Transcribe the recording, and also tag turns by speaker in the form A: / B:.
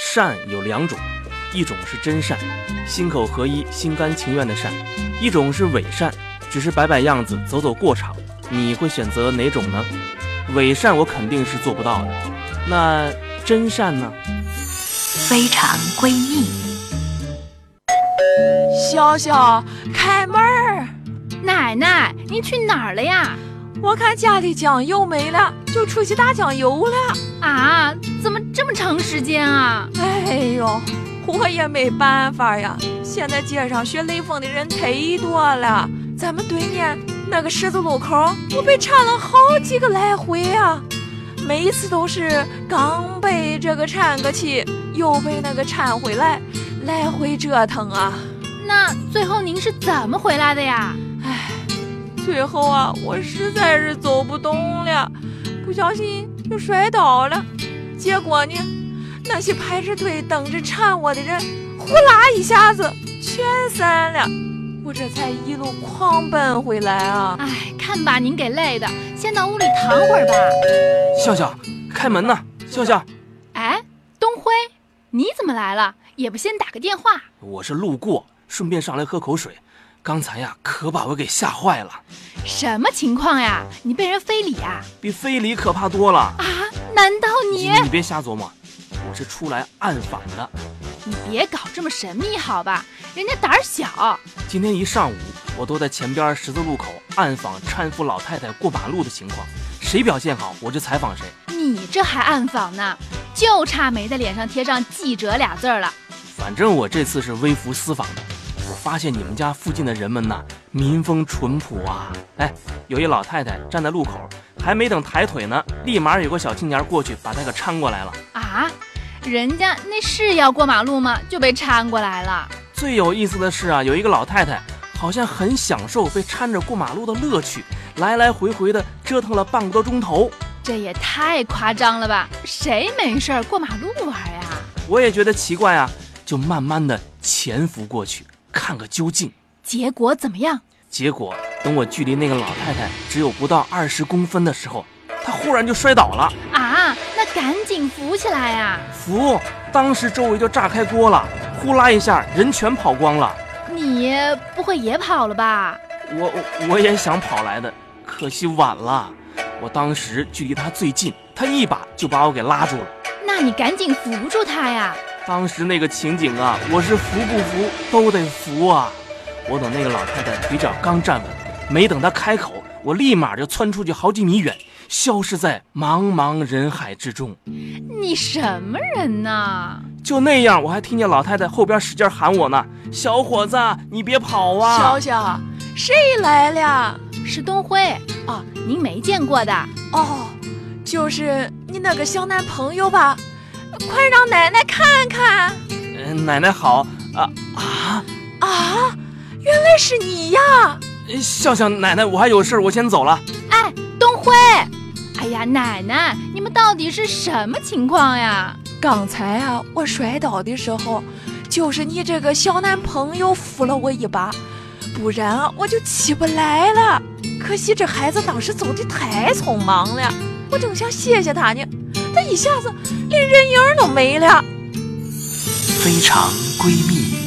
A: 善有两种，一种是真善，心口合一、心甘情愿的善；一种是伪善，只是摆摆样子、走走过场。你会选择哪种呢？伪善我肯定是做不到的，那真善呢？
B: 非常闺蜜，
C: 潇潇，开门儿！
D: 奶奶，你去哪儿了呀？
C: 我看家里酱油没了，就出去打酱油了。
D: 啊，怎么这么长时间啊？
C: 哎呦，我也没办法呀。现在街上学雷锋的人忒多了，咱们对面那个十字路口，我被缠了好几个来回啊。每次都是刚被这个缠个去，又被那个缠回来，来回折腾啊。
D: 那最后您是怎么回来的呀？
C: 唉，最后啊，我实在是走不动了，不小心就摔倒了。结果呢，那些排着队等着缠我的人，呼啦一下子全散了。我这才一路狂奔回来啊！
D: 唉，哎看把您给累的，先到屋里躺会儿吧。
A: 笑笑，开门呐！笑笑，
D: 哎，东辉，你怎么来了？也不先打个电话？
A: 我是路过，顺便上来喝口水。刚才呀，可把我给吓坏了，
D: 什么情况呀？你被人非礼啊？
A: 比非礼可怕多了。
D: 啊，难道你？
A: 你别瞎琢磨，我是出来暗访的。
D: 你别搞这么神秘好吧？人家胆儿小。
A: 今天一上午，我都在前边十字路口暗访搀扶老太太过马路的情况，谁表现好，我就采访谁。
D: 你这还暗访呢，就差没在脸上贴上记者俩字儿了。
A: 反正我这次是微服私访的。我发现你们家附近的人们呐，民风淳朴啊。哎，有一老太太站在路口，还没等抬腿呢，立马有个小青年过去把她给搀过来了。
D: 啊，人家那是要过马路吗？就被搀过来了。
A: 最有意思的是啊，有一个老太太好像很享受被搀着过马路的乐趣，来来回回的折腾了半个多钟头。
D: 这也太夸张了吧？谁没事儿过马路玩呀？
A: 我也觉得奇怪啊，就慢慢的潜伏过去看个究竟。
D: 结果怎么样？
A: 结果等我距离那个老太太只有不到二十公分的时候，她忽然就摔倒了。
D: 啊，那赶紧扶起来呀！
A: 服，当时周围就炸开锅了，呼啦一下人全跑光了。
D: 你不会也跑了吧？
A: 我我我也想跑来的，可惜晚了。我当时距离她最近，她一把就把我给拉住了。
D: 那你赶紧扶住他呀！
A: 当时那个情景啊，我是服不服都得服啊！我等那个老太太腿脚刚站稳，没等她开口，我立马就窜出去好几米远，消失在茫茫人海之中。
D: 你什么人呐？
A: 就那样，我还听见老太太后边使劲喊我呢：“小伙子，你别跑啊
C: 潇！”潇，谁来了？
D: 是东辉哦，您没见过的。
C: 哦，就是你那个小男朋友吧？快让奶奶看看
A: 嗯、奶奶好啊啊！
C: 啊！原来是你呀！
A: 呃笑笑奶奶，我还有事儿我先走了。
D: 哎，东辉！哎呀，奶奶，你们到底是什么情况呀？
C: 刚才啊，我摔倒的时候，就是你这个小男朋友扶了我一把，不然啊我就起不来了。可惜这孩子当时走的太匆忙了，我正想谢谢他呢，他一下子连人影儿都没了。
E: 非常闺蜜。